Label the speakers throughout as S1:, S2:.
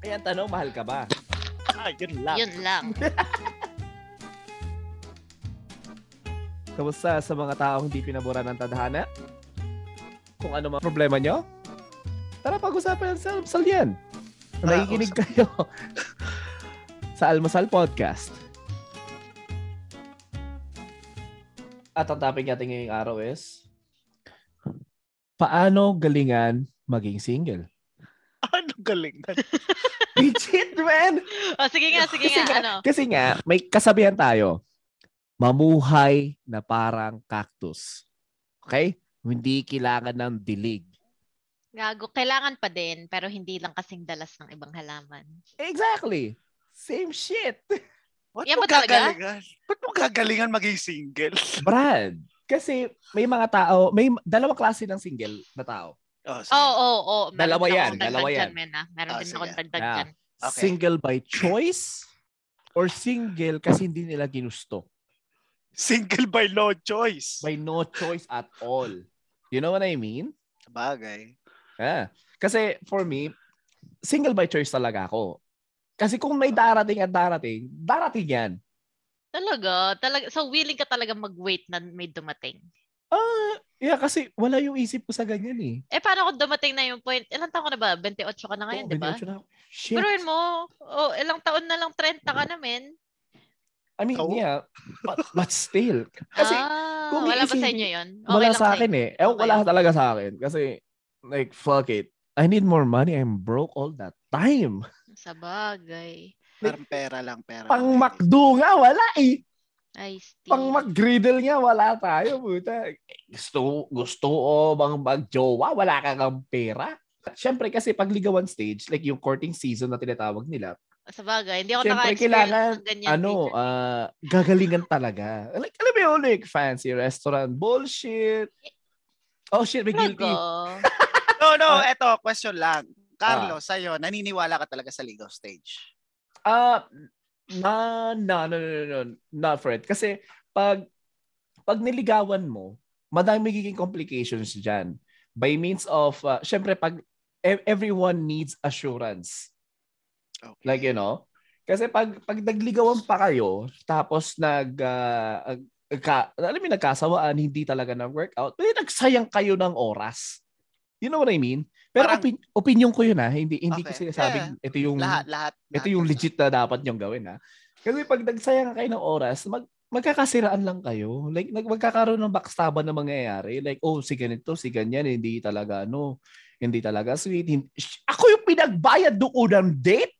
S1: Kaya ang tanong, mahal ka ba? Ah, yun lang.
S2: Yun lang.
S1: Kamusta sa mga taong hindi pinabura ng tadhana? Kung ano mga problema nyo? Tara, pag-usapan ang almasal yan. Kung
S3: Tara,
S1: Nakikinig kayo sa Almasal Podcast. At ang topic natin ngayong araw is Paano galingan maging single?
S3: Ano galing na?
S1: Legit, man!
S2: O, Oh, sige nga, sige
S1: Kasi
S2: nga.
S1: nga-
S2: Ano?
S1: Kasi nga, may kasabihan tayo. Mamuhay na parang cactus. Okay? Hindi kailangan ng dilig.
S2: Gago, kailangan pa din, pero hindi lang kasing dalas ng ibang halaman.
S1: Exactly. Same shit.
S3: Ba't
S2: Yan
S3: mo
S2: ba talaga?
S3: gagalingan? Ba't mo gagalingan maging single?
S1: Brad, kasi may mga tao, may dalawang klase ng single na tao.
S3: Oh, sige.
S2: Oo, oo, oo. Meron
S1: Dalawa
S2: din
S1: yan,
S2: akong dagdag
S1: dalawa
S2: dyan,
S1: yan.
S2: men, ah. Meron
S3: Ah,
S2: din
S3: sige.
S2: akong dagdag
S1: Yeah.
S2: dyan.
S3: Okay.
S1: Single by choice or single kasi hindi nila ginusto.
S3: Single by no choice.
S1: By no choice at all. You know what I mean?
S3: Bagay.
S1: Ah, kasi for me, single by choice talaga ako. Kasi kung may darating at darating, darating yan.
S2: Talaga, talaga. So, willing ka talaga mag-wait na may dumating.
S1: Ah, yeah, kasi wala yung isip ko sa ganyan eh.
S2: Eh, paano kung dumating na yung point? Ilang taon ka na ba? 28 ka na ngayon,
S1: Oo,
S2: di ba?
S1: 28 na Oh, ako. Shit.
S2: Biruin mo, oh, ilang taon na lang 30 ka na, men.
S1: I mean,
S3: Oo.
S1: yeah, but, but still. Kasi
S2: ah,
S1: kung
S2: wala ba sa
S1: iisipin-
S2: inyo yun?
S1: wala
S2: Ah, lang
S1: sa
S2: sa'yo?
S1: akin eh. Eh,
S2: Okay
S1: wala
S2: lang.
S1: talaga sa akin. Kasi, like, fuck it. I need more money. I'm broke all that time.
S2: Sa bagay.
S3: Parang pera lang, pera.
S1: Pang
S3: lang.
S1: McDo nga, wala eh.
S2: Ay, Steve.
S1: Pang McGriddle nga, wala tayo. Puta. Gusto, gusto o bang magjowa, wala ka kang pera. Siyempre kasi pagligawan stage, like yung courting season na tinatawag nila,
S2: Sa bagay. Hindi ako
S1: Siyempre, kailangan,
S2: naka-experience ng ganyan.
S1: ano,
S2: Peter.
S1: ah, gagalingan talaga. Like, alam mo yun, like, fancy restaurant, bullshit. Oh shit, may guilty.
S2: Talaga.
S3: No, no,
S1: Ah.
S3: eto, question lang. Carlo, sa'yo, naniniwala ka talaga sa legal stage?
S1: Ah, na, na, no, no, no, no, not for it. Kasi, pag, pag niligawan mo, madami magiging complications dyan. By means of, ah, syempre, pag, e- everyone needs assurance.
S3: Okay.
S1: Like, eh, you know? Kasi pag, pag nagligawan pa kayo, tapos nag, ah, ag- ka, alam mo, yun, nagkasawaan, hindi talaga nag-workout, pwede nagsayang kayo ng oras. You know what I mean? Pero
S3: Parang-
S1: opin- opinion ko yun ha, hindi, hindi ko
S3: Okay.
S1: sinasabing ito yung,
S3: lahat, lahat.
S1: ito
S3: lahat
S1: yung
S3: ng-
S1: legit na dapat niyong gawin ha. Kasi pag nagsayang kayo ng oras, mag, magkakasiraan lang kayo. Like, nag, magkakaroon ng backstaban na mangyayari. Like, oh, si ganito, si ganyan, hindi talaga, ano, hindi talaga sweet. Hindi, Sh- ako yung pinagbayad ng unang date?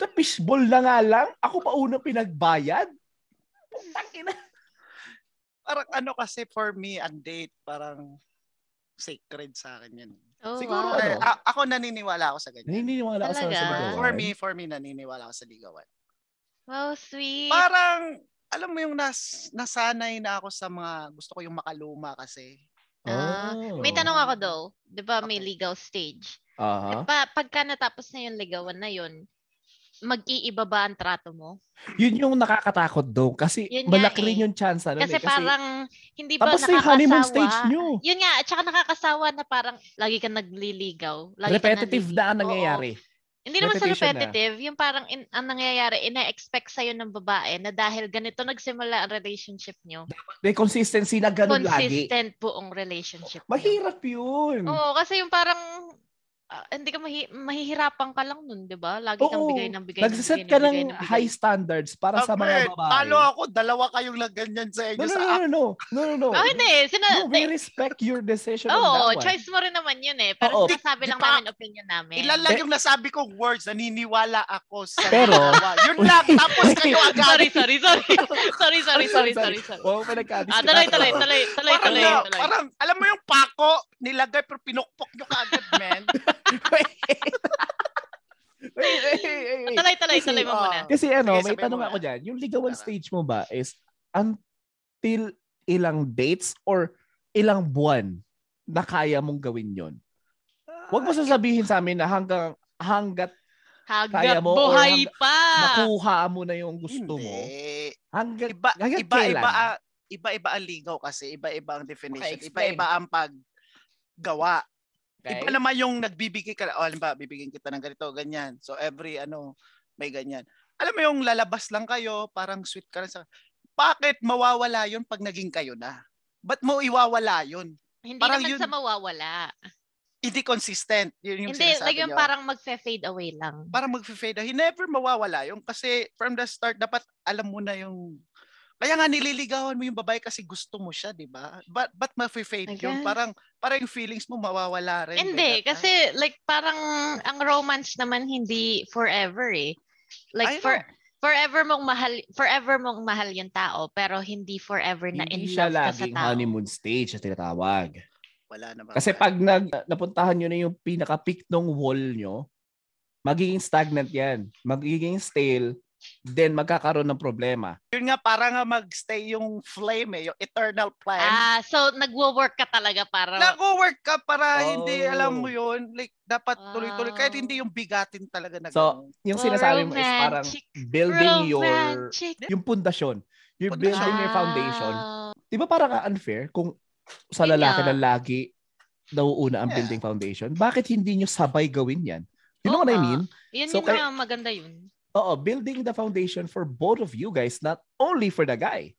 S1: Sa fishball na nga lang, ako pa unang pinagbayad? Putang ina.
S3: Parang ano kasi for me, ang date, parang sacred sa akin yan.
S2: Oh,
S1: Siguro,
S2: wow.
S3: Eh,
S1: ano?
S3: a- ako naniniwala ako sa ganyan.
S1: Naniniwala ako sa
S2: Talaga?
S1: sasagot.
S3: For me, for me, naniniwala ako sa ligawan.
S2: Wow, sweet.
S3: Parang, alam mo yung nas, nasanay na ako sa mga, gusto ko yung makaluma kasi.
S2: Ah,
S1: Oh.
S2: May tanong ako daw. Di ba may
S3: Okay.
S2: legal stage?
S1: Aha.
S2: Eh, pa, pagka natapos na yung ligawan na yun, mag-iiba ba ang trato mo?
S1: Yun yung nakakatakot daw kasi
S2: Yun nga
S1: malaki
S2: eh.
S1: rin yung chance. Ano,
S2: Kasi,
S1: eh,
S2: parang hindi ba
S1: tapos na yung honeymoon stage
S2: nakakasawa?
S1: nyo.
S2: Yun nga, at saka nakakasawa na parang lagi kang nagliligaw. Lagi ka
S1: Repetitive na ang
S2: nanliligaw.
S1: nangyayari.
S2: Oo. Hindi naman sa
S1: Repetition na.
S2: repetitive, yung parang in, ang nangyayari, ina-expect sa'yo ng babae na dahil ganito nagsimula ang relationship nyo.
S1: May consistency na ganun lagi.
S2: consistent buong relationship. nyo.
S1: Mahirap yun.
S2: Oo, kasi yung parang ah, hindi ka mahi- mahihirapan ka lang nun, 'di ba? Lagi kang
S1: Oo.
S2: bigay ng bigay. ng
S1: Nagsiset
S2: bigay
S1: ka
S2: bigay
S1: ng
S2: bigay.
S1: high standards para sa mga
S3: Abed,
S1: babae.
S3: Talo ako, dalawa kayong nagganyan sa
S1: No,
S3: inyo
S1: no,
S3: sa
S1: no, no, no. No, no, no.
S2: Oh, hindi. Sina
S1: No, we respect your decision on
S2: Oo,
S1: that one.
S2: choice mo rin naman 'yun eh.
S1: Oo.
S2: Pero
S3: Di-
S2: sinasabi lang
S3: di pa-
S2: namin opinion namin.
S3: Ilan lang
S1: Eh.
S3: yung nasabi kong words, naniniwala ako sa
S1: Pero-
S3: dalawa. Yun lang, tapos kayo agad.
S2: sorry, sorry, sorry. sorry, sorry, sorry, sorry, sorry.
S1: Oo, pinagkadis
S2: Ah,
S1: kita.
S2: tuloy, tuloy, tuloy, tuloy,
S3: Parang,
S2: tuloy,
S3: na,
S2: tuloy.
S3: parang, alam mo yung pako, nilagay pero pinukpok nyo kaagad, man.
S1: Wait, wait, wait, wait, wait.
S2: Tuloy, tuloy, tuloy mo
S3: Kasi,
S2: muna.
S3: ah,
S1: Kasi ano,
S3: Sige,
S1: may
S3: sabihin mo
S1: tanong
S3: muna.
S1: ako dyan. Yung ligawan
S3: Tara.
S1: stage mo ba is until ilang dates or ilang buwan na kaya mong gawin yon? Huwag mo sasabihin sa amin na hanggang hanggat
S2: Hanggat
S1: mo or
S2: buhay
S1: hangga-
S2: pa.
S1: makuha mo na yung gusto mo.
S3: Hindi.
S1: Hanggang
S3: Iba,
S1: hanggang
S3: iba,
S1: kailan?
S3: iba, ah, iba, iba ang ligaw kasi. Iba, iba ang definition.
S1: Okay,
S3: iba,
S1: explain.
S3: iba ang paggawa.
S2: Okay?
S3: Iba naman yung nagbibigay ka, oh, halimbawa, bibigyan kita ng ganito, ganyan. So every ano, may ganyan. Alam mo yung lalabas lang kayo, parang sweet ka lang sa... Bakit mawawala yun pag naging kayo na? Ba't mo iwawala yun?
S2: Hindi
S3: parang
S2: naman
S3: yun-
S2: sa mawawala.
S3: Hindi consistent. Yun yung
S2: Hindi,
S3: sinasabi
S2: like yung
S3: niya.
S2: parang magfe-fade away lang.
S3: parang mag-fade out. He never mawawala yung kasi from the start dapat alam mo na yung kaya nga nililigawan mo yung babae kasi gusto mo siya, di ba? But but ma-fade
S2: Ayan.
S3: yung parang parang yung feelings mo mawawala rin. by
S2: Hindi,
S3: that
S2: kasi like parang ang romance naman hindi forever eh.
S3: time. I
S2: Like
S3: know.
S2: for, forever mong mahal, forever mong mahal yung tao pero hindi forever na
S1: Hindi
S2: in
S1: siya
S2: love ka sa
S1: laging
S2: tao.
S1: honeymoon stage na tinatawag.
S3: wala naman.
S1: Kasi pag nag, napuntahan nyo na yung pinaka-peak ng wall nyo, magiging stagnant yan. Magiging stale, then magkakaroon ng problema.
S3: yun nga para nga magstay yung flame eh, yung eternal flame.
S2: Ah, so nagwo-work ka talaga para
S3: Nag-work ka para
S1: Oh. Ah.
S3: hindi alam mo yun. Like dapat
S2: Wow.
S3: tuloy-tuloy kahit hindi yung bigatin talaga na
S1: So,
S3: ganun.
S1: Yung
S2: Oh,
S1: sinasabi mo is parang
S2: romantic,
S1: building your,
S2: romantic.
S1: yung pundasyon. You're
S3: Pundasyon.
S1: building
S2: Ah.
S1: your foundation.
S2: Wow.
S1: Di ba parang ka- unfair kung sa
S2: Yun
S1: lalaki
S2: nga.
S1: na lagi nauuna ang
S3: Yeah.
S1: building foundation? Bakit hindi nyo sabay gawin yan? You know
S2: Oo
S1: what I
S2: nga.
S1: mean?
S2: Yun
S1: So,
S2: yun
S1: kay-
S2: na maganda yun.
S1: Oo, building the foundation for both of you guys, not only for the guy.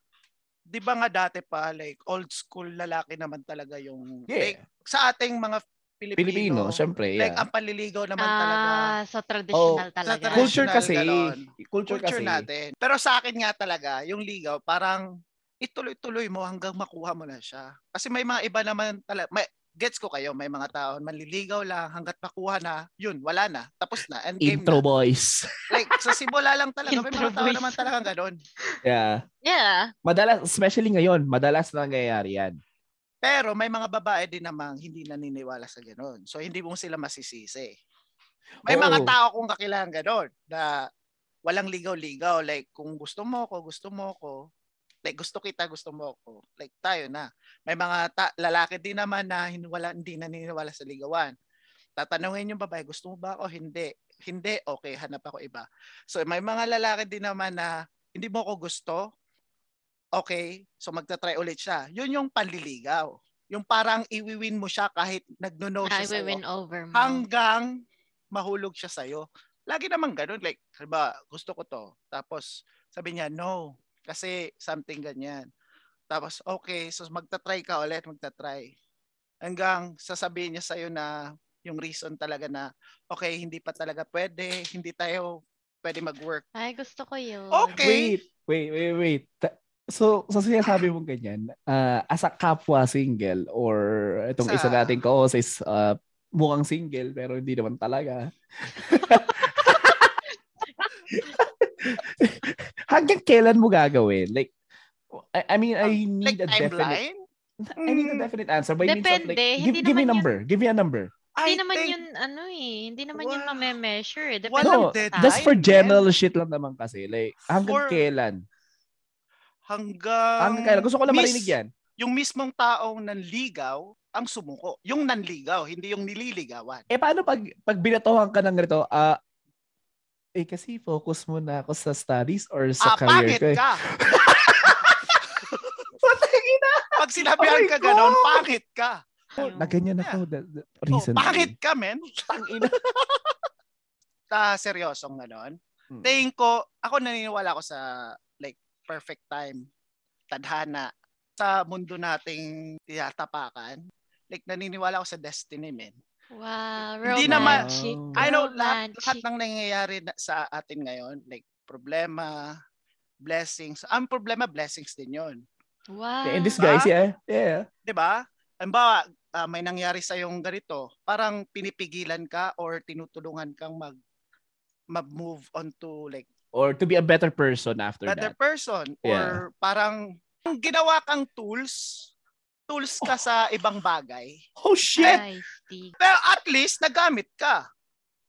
S3: 'Di ba nga dati pa like old school lalaki naman talaga yung
S1: Yeah.
S3: like, sa ating mga Pilipino,
S1: Pilipino, syempre.
S3: like
S1: yeah.
S3: ang paliligaw naman talaga.
S2: Ah, so traditional
S1: Oh,
S2: talaga.
S3: traditional.
S1: culture kasi
S3: ganon.
S1: culture,
S3: Culture
S1: kasi
S3: natin. Pero sa akin nga talaga, yung ligaw, parang ituloy-tuloy mo hanggang makuha mo na siya. Kasi may mga iba naman talaga, may, gets ko kayo, may mga tao, manliligaw lang hanggat makuha na, yun, wala na, tapos na, endgame
S1: intro
S3: na.
S1: boys
S3: Like, sa simula lang talaga, may
S2: Intro
S3: mga tao
S2: boys.
S3: naman talaga ganon.
S1: yeah
S2: Yeah.
S1: madalas especially ngayon madalas na nangyayari yan
S3: Pero may mga babae din namang hindi naniniwala sa ganon. So, hindi mo sila masisisi. May
S1: Oo.
S3: mga tao kung kakilalang ganon na walang ligaw-ligaw. Like, kung gusto mo ko, gusto mo ko. Like, gusto kita, gusto mo ko. Like, tayo na. May mga ta- lalaki din naman na hin- wala, hindi naniniwala sa ligawan. Tatanungin yung babae, gusto mo ba ako? Hindi. Hindi, okay, hanap ako iba. So, may mga lalaki din naman na hindi mo ko gusto. Okay, so magta-try ulit siya. Yun yung panliligaw. Yung parang iwiwin mo siya kahit nagno-no
S2: I
S3: siya
S2: will
S3: sa'yo
S2: win over
S1: Mm.
S2: mo.
S3: hanggang mahulog siya sa'yo. Lagi naman ganun. Like, halimbawa, gusto ko to. Tapos, sabi niya, no. Kasi something ganyan. Tapos, okay. So, magta-try ka ulit. Magta-try. Hanggang sasabihin niya sa'yo na yung reason talaga na, okay, hindi pa talaga pwede. Hindi tayo pwede mag-work.
S2: Ay, gusto ko yun.
S3: Okay.
S1: wait wait wait wait Ta- so sa sinasabi mong ganyan ah, as a kapwa single or itong
S3: Sa-
S1: isa nating ko is ah, mukhang single pero hindi naman talaga hanggang kailan mo gagawin like I, I mean I need
S3: Like,
S1: a definite
S3: timeline? Mm.
S1: I need a definite answer by means of like
S2: Depende,
S1: give,
S2: hindi
S1: give me a
S2: naman yun-
S1: number give me a number
S2: Hindi
S3: I
S2: naman
S3: think-
S2: yun, ano eh, hindi naman yun
S3: Wow.
S2: mame-measure eh. Depende
S1: No,
S3: Walang
S2: sa
S3: deadline.
S2: tao.
S1: just for
S3: man.
S1: general shit lang naman kasi. Like, hanggang
S3: Ah, For-
S1: kailan?
S3: Hanggang...
S1: Hanggang kailan? Gusto ko lang
S3: Miss,
S1: marinig yan.
S3: Yung mismong taong nanligaw ang sumuko. Yung nanligaw, hindi yung nililigawan.
S1: Eh, paano pag, pag binatuhan ka ng ganito, ah, eh, kasi focus mo na ako sa studies or sa
S3: ah,
S1: career
S3: pangit
S1: ko. eh.
S3: ka.
S1: Putang ina!
S3: Pag sinabihan
S1: Oh my
S3: ka ganon,
S1: God!
S3: pangit ka.
S2: Ayun.
S1: Na ganyan ako. The, the reason.
S3: Oh, pangit ka, men.
S1: Putang ina.
S3: Ta, seryosong ganon.
S1: Hmm.
S3: Tingin ko, ako naniniwala ako sa like perfect time, tadhana, sa mundo nating tinatapakan. Like naniniwala ako sa destiny, men.
S2: Wow,
S3: Hindi
S1: naman-
S2: romantic.
S1: Wow.
S3: I know lahat,
S2: romantic.
S3: lahat ng nangyayari na, sa atin ngayon, like problema, blessings. Ang problema, blessings din yon.
S2: Wow.
S1: In Eh, this guys,
S3: Ah?
S1: yeah. Yeah.
S3: 'di ba? Halimbawa, ah, may nangyari sa yung ganito, parang pinipigilan ka or tinutulungan kang mag mag-move on to like
S1: Or to be a better person after
S3: better
S1: that.
S3: person or
S1: Yeah.
S3: parang kung ginawa kang tools tools ka sa ibang bagay.
S1: Oh, shit!
S2: Honesty.
S3: Pero at least nagamit ka.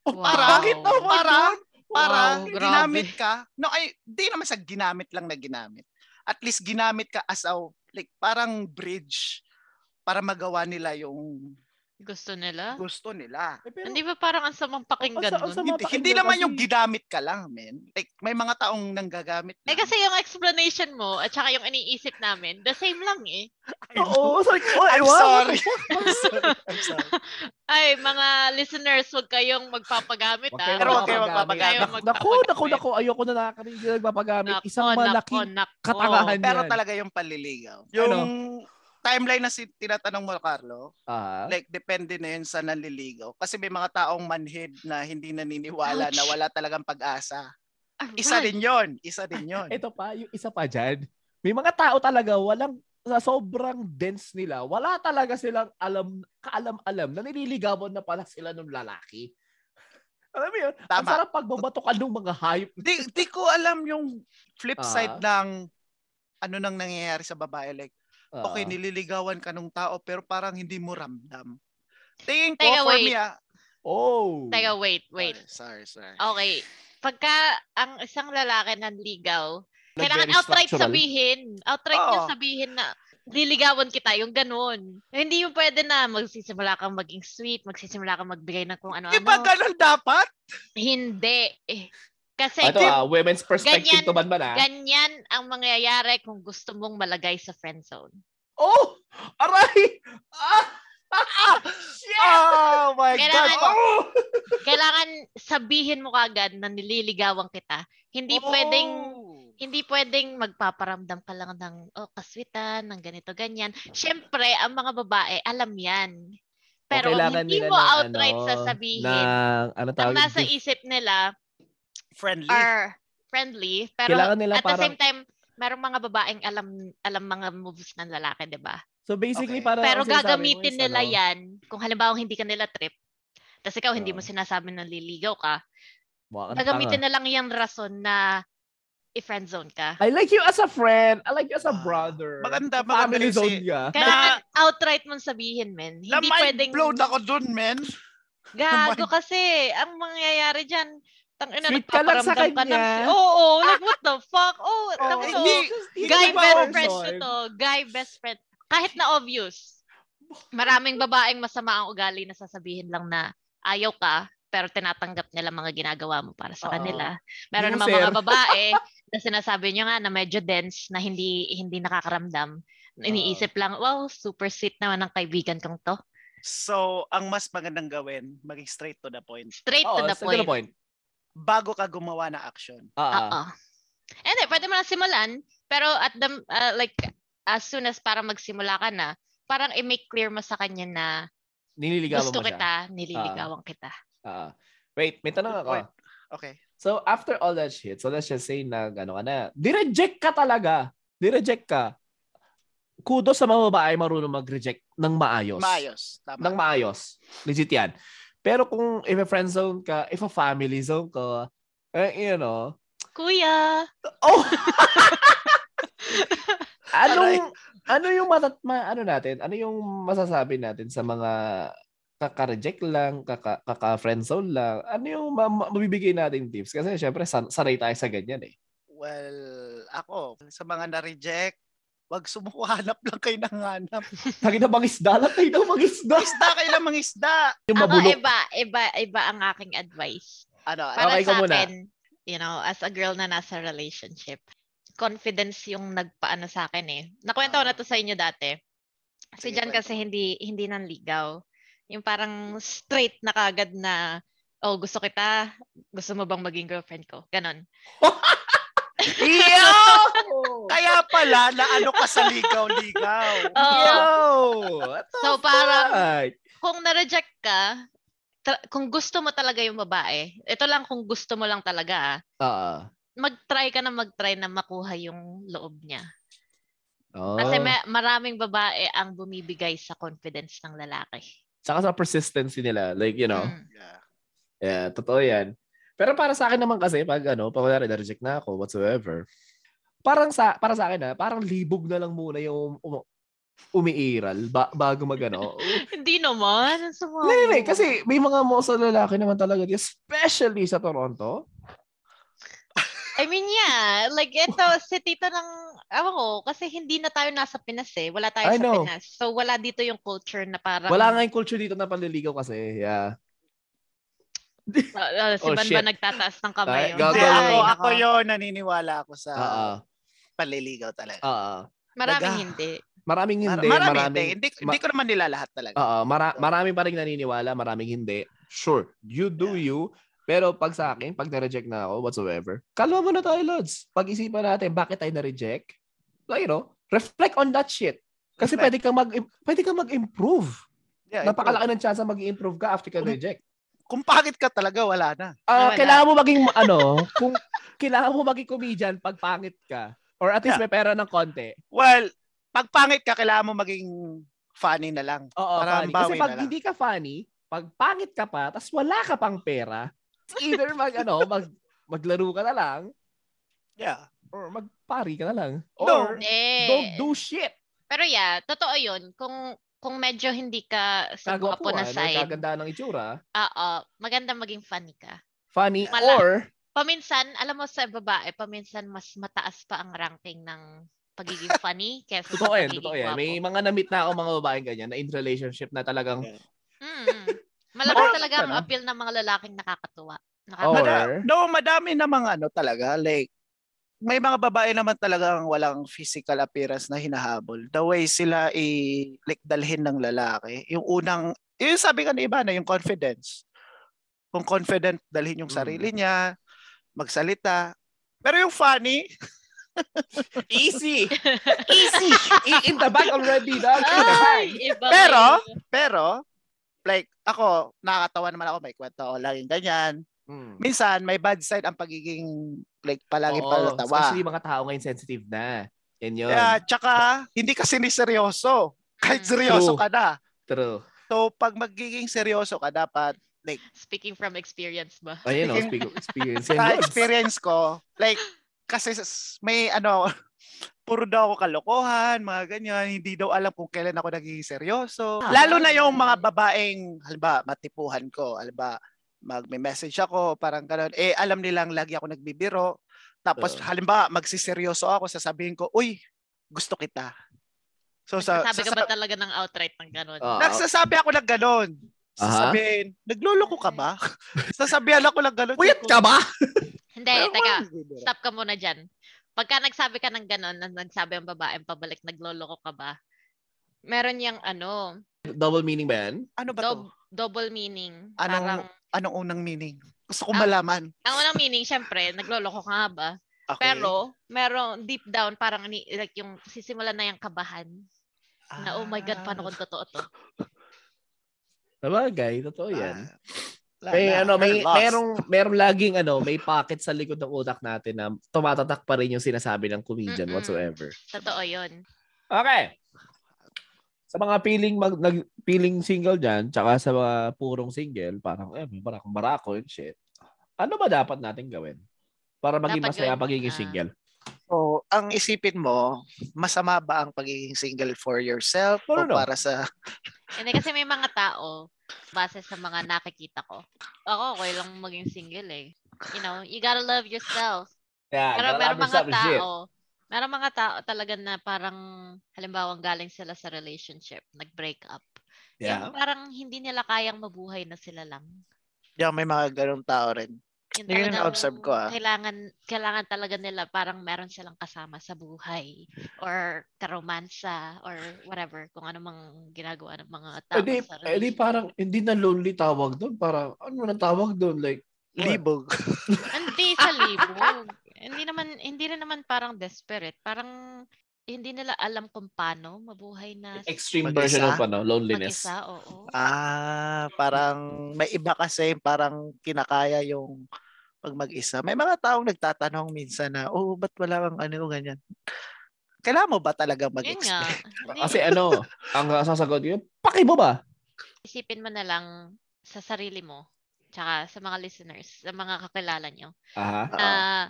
S1: Oh,
S2: Wow.
S3: Para
S2: Bakit?
S1: Oh, my
S3: para
S1: God.
S3: para
S2: Wow, grabe.
S3: ginamit ka. No, ay di naman sa ginamit lang na ginamit. At least ginamit ka as a like parang bridge para magawa nila yung
S2: Gusto nila?
S3: Gusto nila.
S1: Eh, pero,
S2: Hindi ba parang ang samang pakinggan
S1: Ang sa- ang
S2: nun?
S1: sama-
S3: Hindi,
S1: Mapakinggan
S3: hindi naman
S1: kasi-
S3: yung gidamit ka lang, men. Like, may mga taong nanggagamit
S2: Eh kasi yung explanation mo at saka yung iniisip namin, the same lang eh.
S1: oo, sorry. Oh,
S3: I'm
S1: ewan.
S3: sorry. I'm sorry. I'm sorry.
S2: Ay, mga listeners, huwag kayong magpapagamit
S1: Huwag
S2: ah.
S1: kayong
S3: Pero wag kayo magpapagamit.
S2: Huwag kayong
S1: Naku,
S2: magpapagamit.
S1: naku, naku. Ayoko na nakakarinig na nagpapagamit.
S2: Nako,
S1: Isang
S2: nako,
S1: malaking
S2: nako.
S1: katangahan
S3: Pero
S1: yan.
S3: talaga yung panliligaw. Yung timeline na si, tinatanong mo, Carlo,
S1: Ah,
S3: like, depende na yun sa nanliligaw. Kasi may mga taong manhid na hindi naniniwala
S2: Ouch.
S3: na wala talagang pag-asa.
S2: Aray.
S3: Isa din yon Isa din yon
S1: ito pa, yung isa pa dyan. May mga tao talaga, walang sa sobrang dense nila, wala talaga silang alam, kaalam-alam na nililigawan na pala sila ng lalaki. Alam mo yun? Ang
S3: Tama.
S1: sarap pagbabatukan ng mga hype.
S3: di, di ko alam yung flip
S1: Ah.
S3: side ng ano nang nangyayari sa babae. Like,
S1: Ah.
S3: okay, nililigawan ka ng tao pero parang hindi mo ramdam. Tingin ko,
S2: Teka,
S3: for
S2: wait.
S3: me, ah,
S1: Oh.
S2: Teka, wait, wait.
S3: Sorry, sorry. sorry.
S2: Okay. Pagka ang isang lalaki nanligaw,
S1: Like,
S2: kailangan
S1: very
S2: outright
S1: structural.
S2: sabihin. Outright
S3: Oo.
S2: niya sabihin na liligawan kita, yung ganun. Hindi yung pwede na magsisimula kang maging sweet, magsisimula kang magbigay ng kung ano-ano.
S3: Di ba ganun dapat?
S2: Hindi. Eh, Kasi
S1: Ah, Ito,
S2: kung
S1: ah, women's perspective to
S2: Ganyan-
S1: man ah. ba na?
S2: ganyan ang mangyayari kung gusto mong malagay sa friend zone.
S1: Oh! Aray! Ah! Oh my
S2: Kailangan-
S1: God! Oh!
S2: Kailangan sabihin mo kagad na nililigawan kita. Hindi
S3: Oh.
S1: Oo.
S2: pwedeng hindi pwedeng magpaparamdam ka lang ng oh, kaswitan, ng ganito, ganyan. Siyempre, ang mga babae, alam yan.
S1: O,
S2: Pero
S1: kailangan
S2: hindi
S1: nila
S2: mo
S1: ng
S2: outright
S1: ano,
S2: sasabihin.
S1: Ng, ano
S2: ang
S1: tawag?
S2: nasa
S1: dif-
S2: isip nila
S3: Friendly.
S2: are friendly, pero
S1: kailangan nila
S2: at the
S1: parang...
S2: same time, merong mga babaeng alam alam mga moves ng lalaki, 'di ba?
S1: so basically,
S3: Okay.
S1: parang...
S2: Pero
S1: ang sinasabi
S2: gagamitin
S1: mo is,
S2: nila
S1: ano,
S2: yan kung halimbawa hindi ka nila trip. Tapos ikaw hindi mo
S1: Oo. Ano,
S2: sinasabi na liligaw ka.
S1: mukha kang
S2: Gagamitin
S1: tanga.
S2: na lang yung rason na i-friend zone ka.
S1: I like you as a friend. I like you as a
S3: Ah.
S1: brother.
S3: Maganda, maganda
S1: Family
S3: kasi-
S1: zone niya.
S2: Kailangan outright mong sabihin, men.
S3: Na
S2: Hindi
S3: mind
S2: pwedeng
S3: blown ako dun, men.
S2: gago kasi. Ang mangyayari dyan, tang ina
S1: Sweet ka lang sa
S2: nagpaparamdam ka ng-
S1: kanya.
S2: Oo, like what the fuck? Oh,
S1: Oo.
S2: alam mo,
S3: Ah. Hindi,
S1: Hindi
S2: guy
S1: ba
S2: best
S1: person?
S2: friend ko to. Guy best friend. Kahit na obvious. Maraming babaeng masama ang ugali na sasabihin lang na ayaw ka, pero tinatanggap nila mga ginagawa mo para sa
S1: Oo.
S2: kanila.
S1: Yung
S2: Meron naman
S1: sir.
S2: mga babae na sinasabi nyo nga na medyo dense, na hindi hindi nakakaramdam.
S1: Ah.
S2: Iniisip lang, wow, super sweet naman ng kaibigan kong to.
S3: So, ang mas magandang gawin, maging straight to the point.
S2: Straight
S1: Oo,
S2: to the
S1: straight
S2: point.
S1: point.
S3: Bago ka gumawa na action.
S1: Ah, ah.
S2: Oo. And then, pwede mo na simulan, pero at the, uh, like, as soon as parang magsimula ka na, parang i-make clear mo sa kanya na
S1: Nililigawan
S2: gusto
S1: mo siya.
S2: kita, nililigawan kita.
S1: Ah. Wait, may tanong
S3: Good
S1: ako.
S3: point. Okay.
S1: So after all that shit, so let's just say na ano ka na, direject ka talaga. Direject ka. Kudos sa mga babae marunong mag-reject ng maayos.
S3: Maayos. Tama.
S1: Ng maayos. Legit yan. Pero kung if a friend zone ka, if a family zone ka, eh, you know,
S2: Kuya,
S1: oh! Anong, ano yung matat, ma, ano natin, ano yung masasabi natin sa mga kaka-reject lang, kaka, kaka-friend zone lang, ano yung ma- ma- mabibigay natin tips? Kasi syempre, san- sanay tayo sa ganyan eh.
S3: Well, ako, sa mga na-reject, wag sumuko, hanap lang kayo ng hanap.
S1: Tagi na mangisda lang tayo na mangisda.
S3: Isda kayo lang mga isda.
S1: Yung
S2: ako
S1: mabulok.
S2: iba, iba, iba ang aking advice.
S3: Ano, ano?
S2: Para
S1: Okay, ikaw
S2: sa
S1: muna.
S2: akin, you know, as a girl na nasa relationship, confidence yung nagpaano sa akin eh. Nakwento ko na to sa inyo dati. Si
S3: Sige,
S2: Jan
S3: kwento.
S2: kasi hindi hindi nanligaw. Yung parang straight na kagad na, oh, gusto kita, gusto mo bang maging girlfriend ko? Ganon.
S3: Yo! Kaya pala, na ano ka sa ligaw-ligaw.
S2: Oo.
S1: Yo! What the
S2: So, parang,
S1: fuck?
S2: kung na-reject ka, tra- kung gusto mo talaga yung babae, ito lang kung gusto mo lang talaga, ah,
S1: Ah.
S2: mag-try ka na mag-try na makuha yung loob niya.
S1: Oh.
S2: Kasi ma- maraming babae ang bumibigay sa confidence ng lalaki.
S1: Tsaka sa persistency nila. Like, you know.
S2: Mm.
S3: Yeah.
S1: Yeah, totoo yan. Pero para sa akin naman kasi, pag ano, pag wala reject na ako, whatsoever, parang sa, para sa akin na, parang libog na lang muna yung um- umiiral ba, bago mag ano.
S2: Hindi naman. ang sama
S1: Hindi, hindi,
S2: mo.
S1: kasi may mga mosa lalaki naman talaga, especially sa Toronto,
S2: I mean, yeah. Like, ito, si Tito ng, awan ko, kasi hindi na tayo nasa Pinas eh. Wala tayo
S1: I
S2: sa
S1: know.
S2: Pinas. So, wala dito yung culture na parang,
S1: Wala nga yung culture dito na panliligaw kasi. Yeah.
S2: Ah, ah, si
S1: Oh,
S2: Ban
S1: shit.
S2: ba nagtataas ng kamay?
S1: Ay,
S2: yun?
S1: gago.
S3: Hindi,
S1: Gagawin.
S3: ako,
S2: Ay,
S3: ako
S2: nako.
S3: yun, naniniwala ako sa
S1: eh. Oo.
S3: paliligaw talaga.
S1: Oo.
S2: Maraming
S3: Nag-
S2: hindi.
S1: ah, Maraming hindi.
S3: Mar- marami,
S1: maraming,
S3: hindi. Hindi, hindi ko naman nila lahat talaga.
S1: Oo, mara- marami pa rin naniniwala, maraming hindi. Sure, you do you. Pero pag sa akin, pag na-reject na ako, whatsoever, kalma muna tayo, Lods. Pag-isipan natin, bakit tayo na-reject? Like, you know, reflect on that shit. Kasi
S3: Reflect.
S1: pwede kang, mag- pwede kang mag-improve.
S3: Yeah,
S1: Napakalaki ng chance na mag-improve ka after ka
S3: Kung-
S1: reject.
S3: Kung pangit ka talaga, wala na.
S1: Ah,
S2: Wala.
S1: kailangan mo maging ano, kung kailangan mo maging comedian pag pangit ka or at least may pera ng konti.
S3: Well, pag pangit ka, kailangan mo maging funny na lang.
S1: Oo,
S3: Parang
S1: funny. Kasi pag
S3: bawi na lang.
S1: hindi ka funny, pag pangit ka pa, tas wala ka pang pera, it's either mag ano, mag maglaro ka na lang
S3: Yeah.
S1: or magpari ka na lang
S3: No.
S1: or
S2: Hindi.
S1: don't do shit.
S2: Eh, Pero yeah, totoo yun. Kung kung medyo hindi ka sa gwapo
S1: Kagwapuan,
S2: na
S1: or
S2: side,
S1: ah, kaganda ng itsura,
S2: oo, maganda maging funny ka.
S1: funny
S2: Wala.
S1: or
S2: Paminsan, alam mo sa babae, paminsan mas mataas pa ang ranking ng pagiging funny kaysa sa
S1: totoo yan,
S2: pagiging
S1: totoo yan.
S2: gwapo.
S1: May mga na-meet na ako mga babaeng ganyan na in relationship na talagang
S2: Mm. Malaki
S1: Marami
S2: talaga
S1: ka
S2: ang
S1: na.
S2: appeal ng mga lalaking nakakatuwa.
S1: Or-
S2: Nakakatuwa.
S3: Mada- no, madami namang ano talaga. Like, may mga babae naman talagang walang physical appearance na hinahabol. The way sila i like dalhin ng lalaki. Yung unang, yung sabi ka na iba na, yung confidence. Kung confident, dalhin yung
S1: Mm.
S3: sarili niya, magsalita. Pero yung funny,
S1: easy. easy. I- in the back already, dog. In the back.
S2: Ay, iba
S3: Pero-
S2: yun.
S3: pero like ako, nakakatawa naman ako, may kwento ako, laging ganyan.
S1: Mm.
S3: Minsan, may bad side ang pagiging like palagi
S1: Oo,
S3: palatawa.
S1: Especially yung mga tao ngayon sensitive na. Yan yun.
S3: Yeah, tsaka hindi ka siniseryoso. Kahit
S2: Mm.
S3: seryoso
S1: True.
S3: ka na.
S1: True.
S3: So, pag magiging seryoso ka, dapat
S2: Speaking from experience ba?
S1: Ayun, oh, speak of experience. Yan,
S3: sa
S1: Lods.
S3: experience ko, like, kasi s- may ano, puro daw ako kalokohan, mga ganyan. Hindi daw alam kung kailan ako nagiging seryoso.
S1: Ah,
S3: Lalo na yung mga babaeng, halimbawa, matipuhan ko, halimbawa, magme-message ako, parang ganun. Eh, alam nilang lagi ako nagbibiro. Tapos,
S1: Oo.
S3: halimbawa, magsiseryoso ako, sasabihin ko, uy, gusto kita. So, sa, Ah.
S2: Sabi ka
S3: sasa-
S2: ba talaga ng outright ng ganun?
S1: Oo.
S3: Nagsasabi ako ng ganun.
S1: Ah. Aha.
S3: Sasabihin, nagloloko ka ba? Sasabihan ako ng ganun.
S1: Wait ka ba?
S2: Hindi,
S3: Pero
S2: Eh, teka.
S3: why?
S2: Stop ka muna dyan. Pagka nagsabi ka ng ganun, na nagsabi ang babae pabalik, nagloloko ka ba? Meron yung ano,
S1: Double meaning ba yan?
S3: Ano ba to?
S2: dob- double meaning.
S3: Anong-
S2: Parang,
S3: Anong unang meaning? Gusto kong
S2: Ah.
S3: malaman.
S2: ang unang meaning, syempre, nagloloko ka nga ba?
S3: Okay.
S2: Pero, meron deep down, parang ni, like yung sisimulan na yung kabahan. Na, oh my God,
S3: Ah.
S2: paano kung totoo to?
S1: Sabagay, totoo
S3: Ah,
S1: yan.
S3: wala
S1: may
S3: na.
S1: ano, may
S3: We're lost.
S1: merong merong laging ano, may pocket sa likod ng utak natin na tumatatak pa rin yung sinasabi ng comedian
S2: Mm-mm.
S1: whatsoever.
S2: Totoo yun.
S1: Okay. Sa mga piling mag nag, piling single diyan, tsaka sa mga purong single, parang eh may barakong barako and shit. Ano ba dapat natin gawin para maging
S2: Dapat
S1: masaya
S2: gawin-
S1: pagiging
S2: ah.
S1: single?
S3: So, ang isipin mo, masama ba ang pagiging single for yourself
S1: No, no,
S3: o
S1: no.
S3: para sa
S2: Hindi kasi may mga tao, base sa mga nakikita ko. Ako, okay lang maging single eh. You know, you gotta love yourself.
S1: Yeah,
S2: Pero
S1: marami
S2: meron mga
S1: Ah, sabi shit.
S2: tao, meron mga tao talaga na parang, halimbawa, galing sila sa relationship, nag-break up.
S1: Yeah.
S2: Yung parang hindi nila kayang mabuhay na sila lang.
S3: yeah, may mga ganong tao rin. Yun
S2: Yung
S3: yung
S2: talagang
S3: na-observe ko, ah.
S2: Kailangan, kailangan talaga nila parang meron silang kasama sa buhay or karomansa or whatever kung ano mang ginagawa ng mga tao
S1: Eh di, eh di
S2: sa relationship.
S1: parang hindi na lonely tawag doon, parang ano na tawag doon like What?
S3: Libog.
S2: Hindi sa libog. hindi naman hindi rin naman parang desperate. Parang hindi nila alam kung paano mabuhay na s-
S1: extreme
S3: Mag-isa?
S1: version of ano, loneliness.
S2: mag-isa. Oo.
S3: Ah, parang may iba kasi parang kinakaya yung pag mag-isa. May mga taong nagtatanong minsan na, oh, ba't wala kang ano ganyan? Kailangan mo ba talaga
S2: Yun nga.
S3: mag-explain?
S2: Hindi.
S1: Kasi ano, ang uh, sasagot yun, paki mo ba?
S2: Isipin mo na lang sa sarili mo tsaka sa mga listeners, sa mga kakilala nyo,
S1: Aha.
S3: Oo.
S2: na Ah,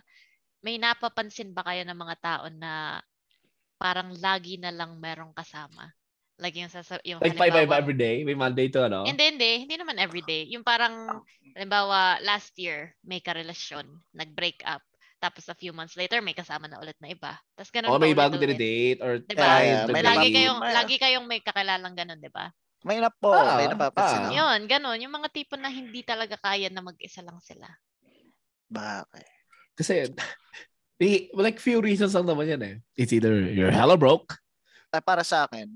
S2: may napapansin ba kayo ng mga tao na parang lagi na lang merong kasama? Like yung, sasa- yung
S1: Like 5 5
S2: halimbawa-
S1: every day, may Monday to ano.
S2: Hindi, hindi. Hindi naman everyday. Yung parang, halimbawa, last year, may karelasyon, nag-break up. Tapos a few months later, may kasama na ulit na iba. Tapos ganun
S1: O
S2: pa
S1: may
S2: ulit
S1: bagong
S2: ulit.
S1: dinidate or
S2: Diba?
S1: try to
S3: May
S2: Lagi
S3: bagong-
S2: kayong,
S3: May-
S2: lagi kayong may kakilalang ganun, di ba?
S3: May na po.
S1: Ah,
S3: may napapansin
S1: ah.
S3: ako.
S2: Yun, ganun. Yung mga tipo na hindi talaga kaya na mag-isa lang sila.
S3: Bakit?
S1: Kasi, di- like few reasons lang naman yan eh. It's either you're hella broke.
S3: Ah, Para sa akin,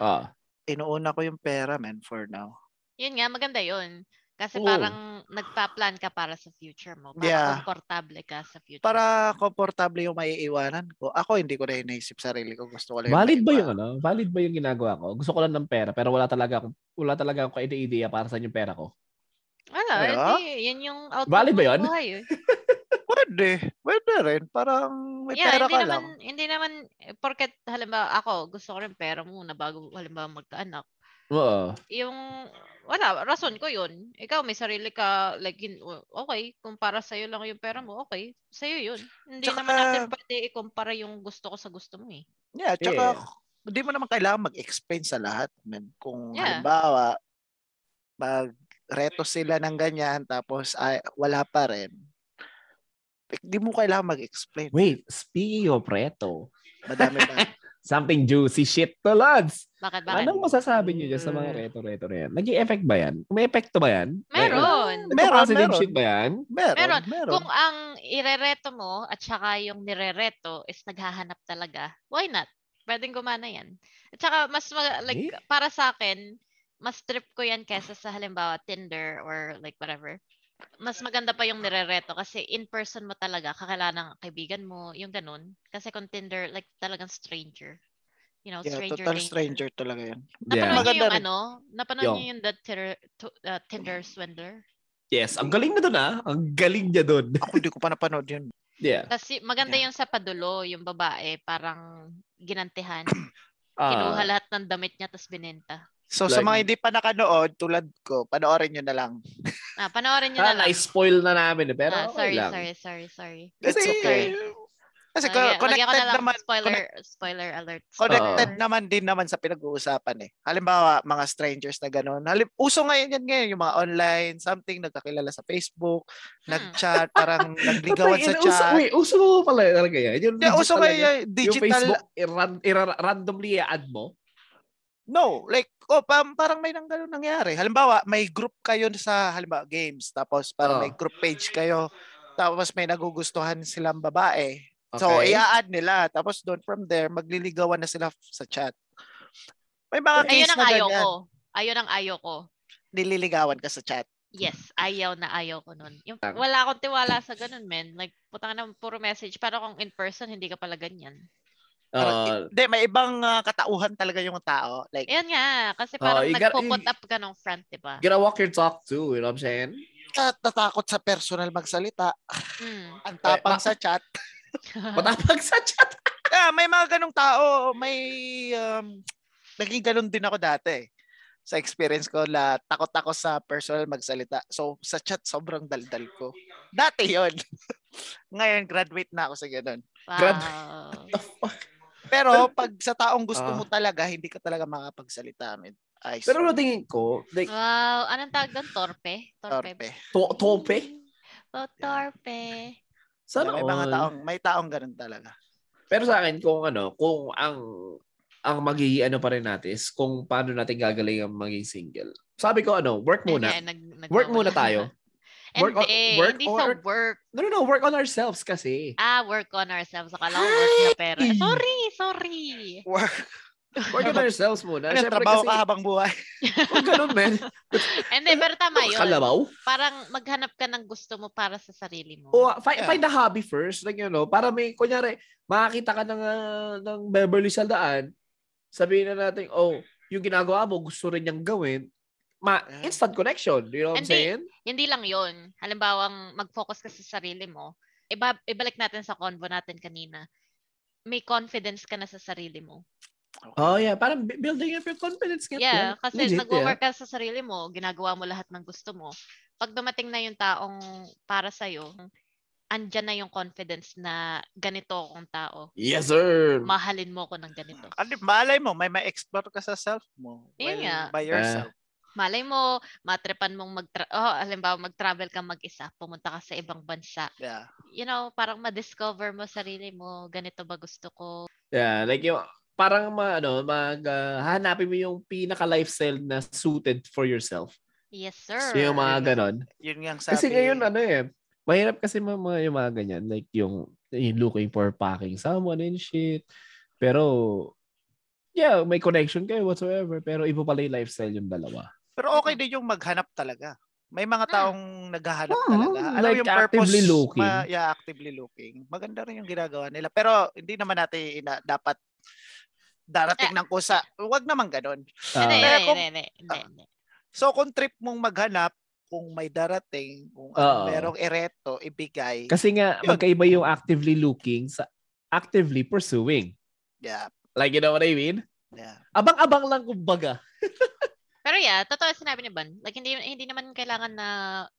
S1: Ah,
S3: inuuna ko yung pera, man, for now.
S2: Yun nga, maganda yun. Kasi
S1: Oo.
S2: parang nagpa-plan ka para sa future mo. Para
S3: Yeah.
S2: komportable ka sa future.
S3: Para komportable yung maiiwanan ko. Ako, hindi ko na hinaisip sarili ko. Gusto ko lang
S1: valid ba
S2: diba?
S3: maiwan.
S1: yung ano? Valid ba yung ginagawa ko? Gusto ko lang ng pera pero wala talaga akong wala talaga akong idea para sa yung pera ko.
S2: Wala,
S3: Kaya?
S2: Ano, hindi. Yun yung outcome
S1: Valid ba
S2: ng
S1: yun?
S2: buhay, eh.
S3: Pwede. Pwede rin. Parang may
S2: yeah,
S3: pera
S2: hindi
S3: ka
S2: naman,
S3: lang.
S2: Hindi naman, eh, porket halimbawa ako, gusto ko rin pera muna bago halimbawa magkaanak.
S1: Oo.
S2: Yung, wala, rason ko yun. Ikaw, may sarili ka, like, yun, okay, kung para sa'yo lang yung pera mo, okay, sa'yo yun. Hindi
S3: Tsaka-
S2: naman natin pwede ikumpara yung gusto ko sa gusto mo eh.
S3: Yeah, tsaka
S1: Yeah.
S3: hindi mo naman kailangan mag-explain sa lahat. Man. Kung
S2: Yeah.
S3: halimbawa, mag-reto sila ng ganyan, tapos ay, wala pa rin. Hindi mo kailangan mag-explain.
S1: Wait, speaking of reto,
S3: Madami pa.
S1: something juicy shit to lads.
S2: Bakit, bakit? Hmm.
S1: Anong masasabi niyo dyan sa mga reto-reto na yan? Nag-i-effect ba yan? May epekto ba yan? May-
S2: Meron.
S1: May
S3: Meron,
S1: positive
S3: meron.
S1: shit ba yan?
S3: meron, meron.
S2: Meron. Kung ang irereto mo at saka yung nirereto is naghahanap talaga, why not? Pwedeng gumana yan. At saka mas mag-
S1: Eh?
S2: like para sa akin, mas trip ko yan kesa sa halimbawa Tinder or like whatever. Mas maganda pa yung nirereto kasi in person mo talaga, kakilala ng kaibigan mo, yung ganun. Kasi kung Tinder, like talagang stranger. You know,
S3: Yeah,
S2: stranger
S3: total
S2: danger.
S3: stranger talaga yan.
S1: Yeah.
S2: Napanood niyo
S3: Maganda
S2: yung
S3: rin.
S2: ano? Napanood
S1: Yung.
S2: niyo yung the Tinder, to- uh, Tinder Swindler?
S1: Yes, ang galing na doon ah. Ang galing niya doon.
S3: Ako hindi ko pa napanood yun.
S1: Yeah.
S2: Kasi maganda
S3: Yeah.
S2: yung sa padulo, yung babae, parang ginantihan. Kinuha
S1: Ah,
S2: lahat ng damit niya tapos binenta.
S3: So sa
S1: Like-
S3: mga hindi pa nakanood, tulad ko, panoorin nyo na lang.
S2: Ah, panoorin niyo
S1: ah,
S2: na lang.
S1: na-spoil na namin eh. Pero
S2: Ah,
S1: okay
S2: sorry,
S1: lang.
S2: sorry, sorry, sorry.
S3: It's
S1: Kasi-
S3: okay. Kasi
S2: Ah,
S3: co-
S2: yeah, lagyan ko
S3: connected
S2: na lang
S3: naman,
S2: Spoiler, spoiler alert.
S3: connected
S2: Spoiler.
S3: naman din naman sa pinag-uusapan eh. Halimbawa, mga strangers na gano'n. Halim, uso ngayon yan ngayon, yung mga online, something, nagkakilala sa Facebook,
S2: Hmm.
S3: nag-chat, parang nagligawan
S1: Patay,
S3: sa
S1: ina- uso,
S3: chat.
S1: wait, uso mo pala talaga yan. Yung
S3: Yeah, uso
S1: talaga.
S3: ngayon,
S1: Yung Facebook,
S3: digital.
S1: i-ran- i-ra- randomly i-add mo.
S3: No, like, oh, pam, parang may nang gano'n nangyari. Halimbawa, may group kayo sa, halimbawa, games, tapos parang
S1: Oh.
S3: may group page kayo, tapos may nagugustuhan silang babae. So,
S1: Okay?
S3: i-add nila. Tapos doon from there, magliligawan na sila f- sa chat. May mga
S2: Ayun
S3: case
S2: ang
S3: na
S2: ayaw
S3: ganyan.
S2: ko. Ayun ang ayaw ko.
S3: Nililigawan ka sa chat.
S2: Yes, ayaw na ayaw ko nun. Yung,
S1: Tama.
S2: wala akong tiwala sa ganun, men. Like, putang na, puro message. Pero kung in person, hindi ka pala ganyan.
S1: Ah,
S3: Hindi, may ibang ah, katauhan talaga yung tao. Like,
S2: Ayun nga,
S1: Oh,
S2: kasi parang
S1: you got-
S2: nagpo-put up ka ng front, di ba?
S1: gotta walk your talk too. You know what I'm saying?
S2: Eh.
S3: at "Ah, natakot sa personal magsalita.
S2: Mm.
S3: Ang
S1: ma-
S3: tapang sa chat.
S2: Ah.
S1: Patapag sa chat.
S3: Ah, may mga ganong tao. May, um, naging ganon din ako dati. Sa experience ko, la, takot ako sa personal magsalita. So, sa chat, sobrang daldal ko. Dati yon Ngayon, graduate na ako sa ganon.
S1: Grab-
S2: Wow.
S3: Pero pag sa taong gusto
S1: Ah.
S3: mo talaga, hindi ka talaga makapagsalita. Man. Ay,
S1: Pero
S3: sorry,
S1: no, tingin ko,
S2: Ah.
S1: like,
S2: Wow, anong tawag doon? Torpe? Torpe.
S3: torpe.
S1: to- tope.
S2: Oh, torpe.
S1: Sana
S3: may mga
S1: all.
S3: taong, may taong ganun talaga.
S1: Pero sa akin, kung ano, kung ang ang magiging ano pa rin natin is kung paano natin gagaling ang maging single. Sabi ko ano, work muna.
S2: Ayan, nag- nagwawala.
S1: Work muna tayo. Work on-
S2: Hindi,
S1: work
S2: hindi
S1: or-
S2: sa work.
S1: No, no, no, work on ourselves kasi.
S2: Ah, work on ourselves. Akala ko work na pera.
S1: Ay!
S2: Sorry, sorry.
S3: Work.
S1: Work on ourselves muna.
S3: Ano,
S1: Siyempre
S3: trabaho ka
S1: kasi,
S3: habang buhay.
S1: Huwag ganun, men.
S2: Hindi, pero tama yun.
S1: Kalabaw.
S2: Parang maghanap ka ng gusto mo para sa sarili mo.
S1: O, find,
S3: Yeah.
S1: find a hobby first. Like, you know, para may, kunyari, makakita ka ng, ah, ng Beverly sa daan, sabihin na natin, oh, yung ginagawa mo, gusto rin niyang gawin, ma
S3: Yeah.
S1: instant connection. You know what I'm
S2: Hindi.
S1: saying?
S2: Hindi lang yun. Halimbawang mag-focus ka sa sarili mo. Iba, ibalik natin sa convo natin kanina. May confidence ka na sa sarili mo.
S1: Oh, yeah. Parang bu- building up your confidence. nga.
S2: Yeah, kasi
S1: Legit,
S2: nag-work ka sa sarili mo, ginagawa mo lahat ng gusto mo. Pag dumating na yung taong para sa'yo, andyan na yung confidence na ganito akong tao.
S1: Yes, sir.
S2: Mahalin mo ko ng ganito.
S3: Ano, malay mo, may ma-explore ka sa self mo.
S2: Yun nga.
S3: by yourself.
S2: Malay mo, matrepan mong mag oh, halimbawa mag-travel ka mag-isa, pumunta ka sa ibang bansa.
S3: Yeah.
S2: You know, parang ma-discover mo sarili mo, ganito ba gusto ko?
S1: Yeah, like yung parang ma, ano, mag ah, hanapin mo yung pinaka lifestyle na suited for yourself.
S2: Yes, sir.
S1: So, yung mga ganon.
S3: Yun nga ang sabi.
S1: Kasi ngayon ano eh, mahirap kasi mga, mga yung mga ganyan like yung, yung looking for packing someone and shit. Pero yeah, may connection kayo whatsoever pero iba pala yung lifestyle yung dalawa.
S3: Pero okay din yung maghanap talaga. May mga
S2: Hmm.
S3: taong naghahanap
S1: Oo,
S3: talaga. Alam mo
S1: like
S3: yung purpose,
S1: actively looking.
S3: ma- yeah, actively looking. Maganda rin yung ginagawa nila. Pero hindi naman natin ina- dapat
S2: Eh,
S3: darating ng kusa. Huwag naman ganun.
S2: Hindi,
S1: Ah,
S3: eh.
S2: hindi,
S3: kung-
S2: hindi, hindi, hindi, hindi.
S3: So kung trip mong maghanap, kung may darating,
S1: Oo.
S3: kung ano, merong ereto, ibigay.
S1: kasi nga
S3: Yun.
S1: magkaiba yung actively looking sa actively pursuing.
S3: Yeah,
S1: Like you know what I mean?
S3: yeah.
S1: Abang-abang lang kumbaga.
S2: Pero yeah, totoo yung sinabi ni Bon. Like hindi hindi naman kailangan na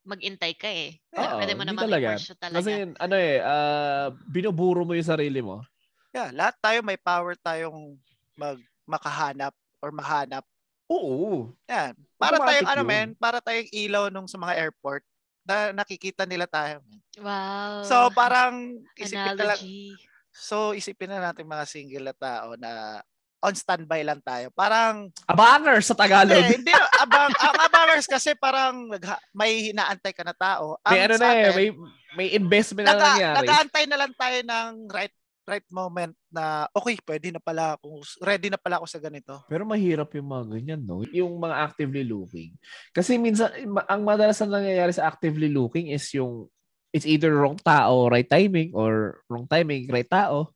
S2: magintay ka eh.
S1: Oo,
S2: Pwede mo
S1: hindi
S2: naman
S1: talaga.
S2: i-pursue talaga.
S1: Kasi ano eh, ah, binuburo mo yung sarili mo.
S3: Yeah, lahat tayo may power tayong mag makahanap or mahanap.
S1: Oo.
S3: Yan. Para
S1: Automatic
S3: tayong ano
S1: yun.
S3: men, para tayong ilaw nung sa mga airport na nakikita nila tayo. men.
S2: wow.
S3: So parang isipin na lang,
S2: Oh, analogy.
S3: so isipin na natin mga single na tao na on standby lang tayo. Parang
S1: Abanger sa Tagalog.
S3: eh, hindi abang ang abangers kasi parang nagha- may hinaantay ka na tao. Ang
S1: may ano
S3: sa
S1: na eh,
S3: atin,
S1: may, may investment na
S3: naga,
S1: nangyari.
S3: nagaantay na lang tayo ng right right moment na okay, pwede na pala ako, ready na pala ako sa ganito.
S1: Pero mahirap yung mga ganyan, no? Yung mga actively looking. Kasi minsan, ma- ang madalas na nangyayari sa actively looking is yung it's either wrong tao, right timing, or wrong timing, right tao.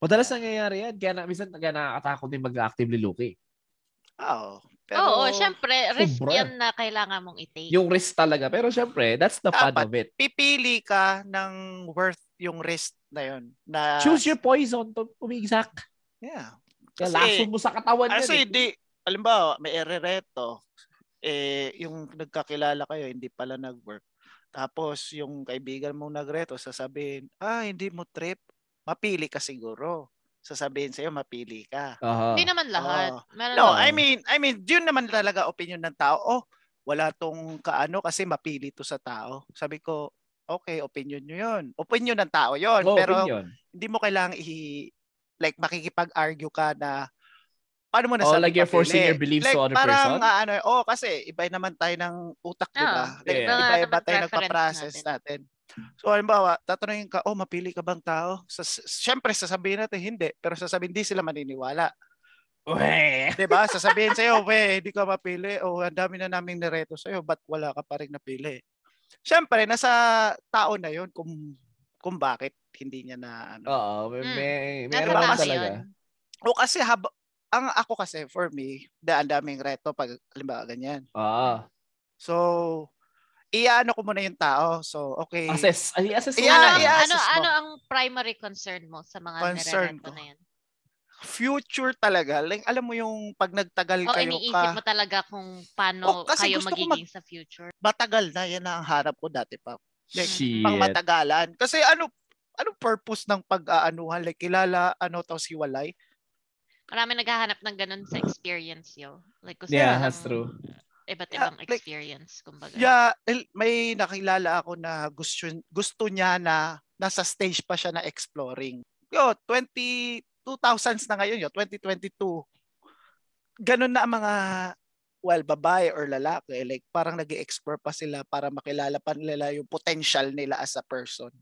S1: Madalas nangyayari yan. Kaya na, minsan kaya nakakatakot din mag-actively looking.
S3: Oo.
S2: Oo, syempre, risk
S1: Sobra.
S2: yan na kailangan mong i-take.
S1: Yung risk talaga. Pero syempre, that's the fun
S3: Dapat.
S1: of it.
S3: pipili ka ng worth yung risk na yun. Na,
S1: Choose your poison to umigsak.
S3: Yeah.
S1: Kaya
S3: Kasi- Ah,
S1: lason mo sa katawan yan.
S3: Kasi
S1: eh.
S3: hindi, halimbawa, may erereto, eh, yung nagkakilala kayo, hindi pala nag-work. Tapos, yung kaibigan mong nagreto, sasabihin, ah, hindi mo trip, mapili ka siguro. Sasabihin sa'yo, mapili ka.
S1: Aha.
S2: Hindi naman lahat.
S3: Oo.
S2: Meron
S3: No,
S1: Oo.
S3: I mean, I mean, yun naman talaga opinion ng tao. Oh, wala tong kaano kasi mapili to sa tao. Sabi ko, okay, opinion nyo yun. Opinion ng tao yun.
S1: Oo, Oh,
S3: pero
S1: opinion.
S3: hindi mo kailangang i like makikipag-argue ka na paano mo
S1: Oh,
S3: nasabi
S1: like you're forcing
S3: mapili?
S1: your beliefs
S3: like,
S1: to other person?
S3: parang,
S1: Oh,
S3: ah, ano, oh, kasi iba naman tayo ng utak, di ba?
S2: Oo,
S1: iba nga
S3: Like, Iba-iba
S2: naman
S3: tayo
S2: preference
S3: nagpa-process natin. So, halimbawa, tatanungin ka, oh, mapili ka bang tao? Sa, siyempre, sasabihin natin, hindi. Pero sasabihin, hindi sila maniniwala.
S1: Weh.
S3: Di ba? Diba? Sasabihin sa'yo, we, hindi ka mapili. O, ang dami na naming nireto sa'yo. Ba't wala ka pa rin napili? Siyempre, nasa tao na yun kung, kung bakit hindi niya na ano.
S1: Oo, may,
S2: Mm.
S1: may,
S2: Nasa
S1: meron
S2: tao
S1: talaga.
S2: yun.
S3: O kasi hab ang ako kasi for me, da ang daming reto pag halimbawa ganyan.
S1: Oo.
S3: So iano ko muna yung tao. So okay.
S1: Assess. Ay, assess mo
S3: Eh, Yeah,
S1: na.
S2: ano, ang-
S3: yeah.
S2: ano,
S3: i-assess mo.
S2: ano ang primary concern mo sa mga
S3: Concern
S2: nirereto
S3: ko.
S2: na yan?
S3: future talaga. Like, alam mo yung pag nagtagal
S2: O
S3: kayo
S2: Oh, iniisip
S3: ka,
S2: mo talaga kung
S3: Oh,
S2: paano
S3: kasi
S2: kayo
S3: gusto ko
S2: magiging sa future?
S3: matagal na yan na ang harap ko dati pa. Like,
S1: Shit.
S3: pang matagalan. Kasi ano ano purpose ng pag-aanuhan? Like, kilala, ano, tapos hiwalay?
S2: Marami naghahanap ng ganun sa experience yo. Like gusto
S1: Yeah,
S2: nilang
S1: that's true.
S2: Iba't
S3: Yeah,
S2: ibang
S3: like-
S2: experience, kumbaga.
S3: Yeah, el- may nakilala ako na gusto gusto niya na nasa stage pa siya na exploring. Yo, 20 2000s na ngayon, yo, 2022. Ganun na ang mga well, babae or lalaki, like parang nag explore pa sila para makilala pa nila yung potential nila as a person.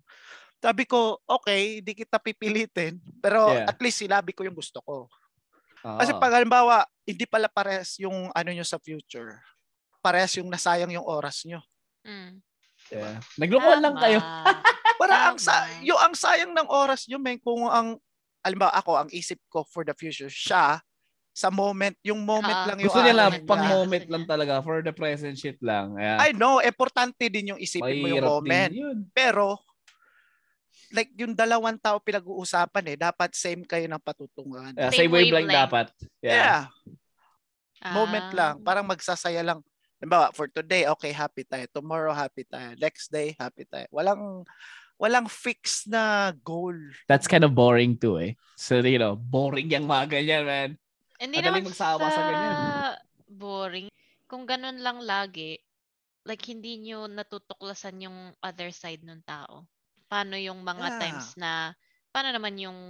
S3: Sabi ko, okay, di kita pipilitin, pero
S1: Yeah.
S3: at least sinabi ko yung gusto ko.
S1: Oo.
S3: Kasi pag halimbawa, hindi pala pares yung ano nyo sa future. Pares yung nasayang yung oras nyo.
S2: Mm.
S1: Yeah. Naglokohan lang
S2: Tama.
S1: kayo.
S3: Ah, Para ang sa
S2: Tama.
S3: yung ang sayang ng oras nyo, men, kung ang halimbawa ako, ang isip ko for the future, siya sa moment, yung moment
S2: Ah,
S3: lang yung
S1: Gusto niya
S3: ano
S1: lang,
S2: Gusto
S1: pang
S2: niya.
S1: moment
S2: Gusto
S1: lang
S2: niya.
S1: talaga. For the present shit lang. Yeah.
S3: I know, importante din yung isipin mo yung
S1: Mahirap
S3: moment.
S1: din yun.
S3: Pero like yung dalawang tao pinag-uusapan eh, dapat same kayo ng patutungan.
S1: Yeah,
S2: Same
S1: same wavelength
S2: wavelength.
S1: dapat. Yeah.
S3: Yeah, moment
S2: Ah.
S3: lang. Parang magsasaya lang. Halimbawa, for today, okay, happy tayo. Tomorrow, happy tayo. Next day, happy tayo. Walang walang fixed na goal.
S1: That's kind of boring too eh. So, you know, boring yung mga ganyan, man.
S2: Hindi
S1: Madaling
S2: naman
S1: magsawa sa ganyan.
S2: boring. kung ganun lang lagi, like hindi nyo natutuklasan yung other side ng tao. Paano yung mga
S3: Yeah.
S2: times na, paano naman yung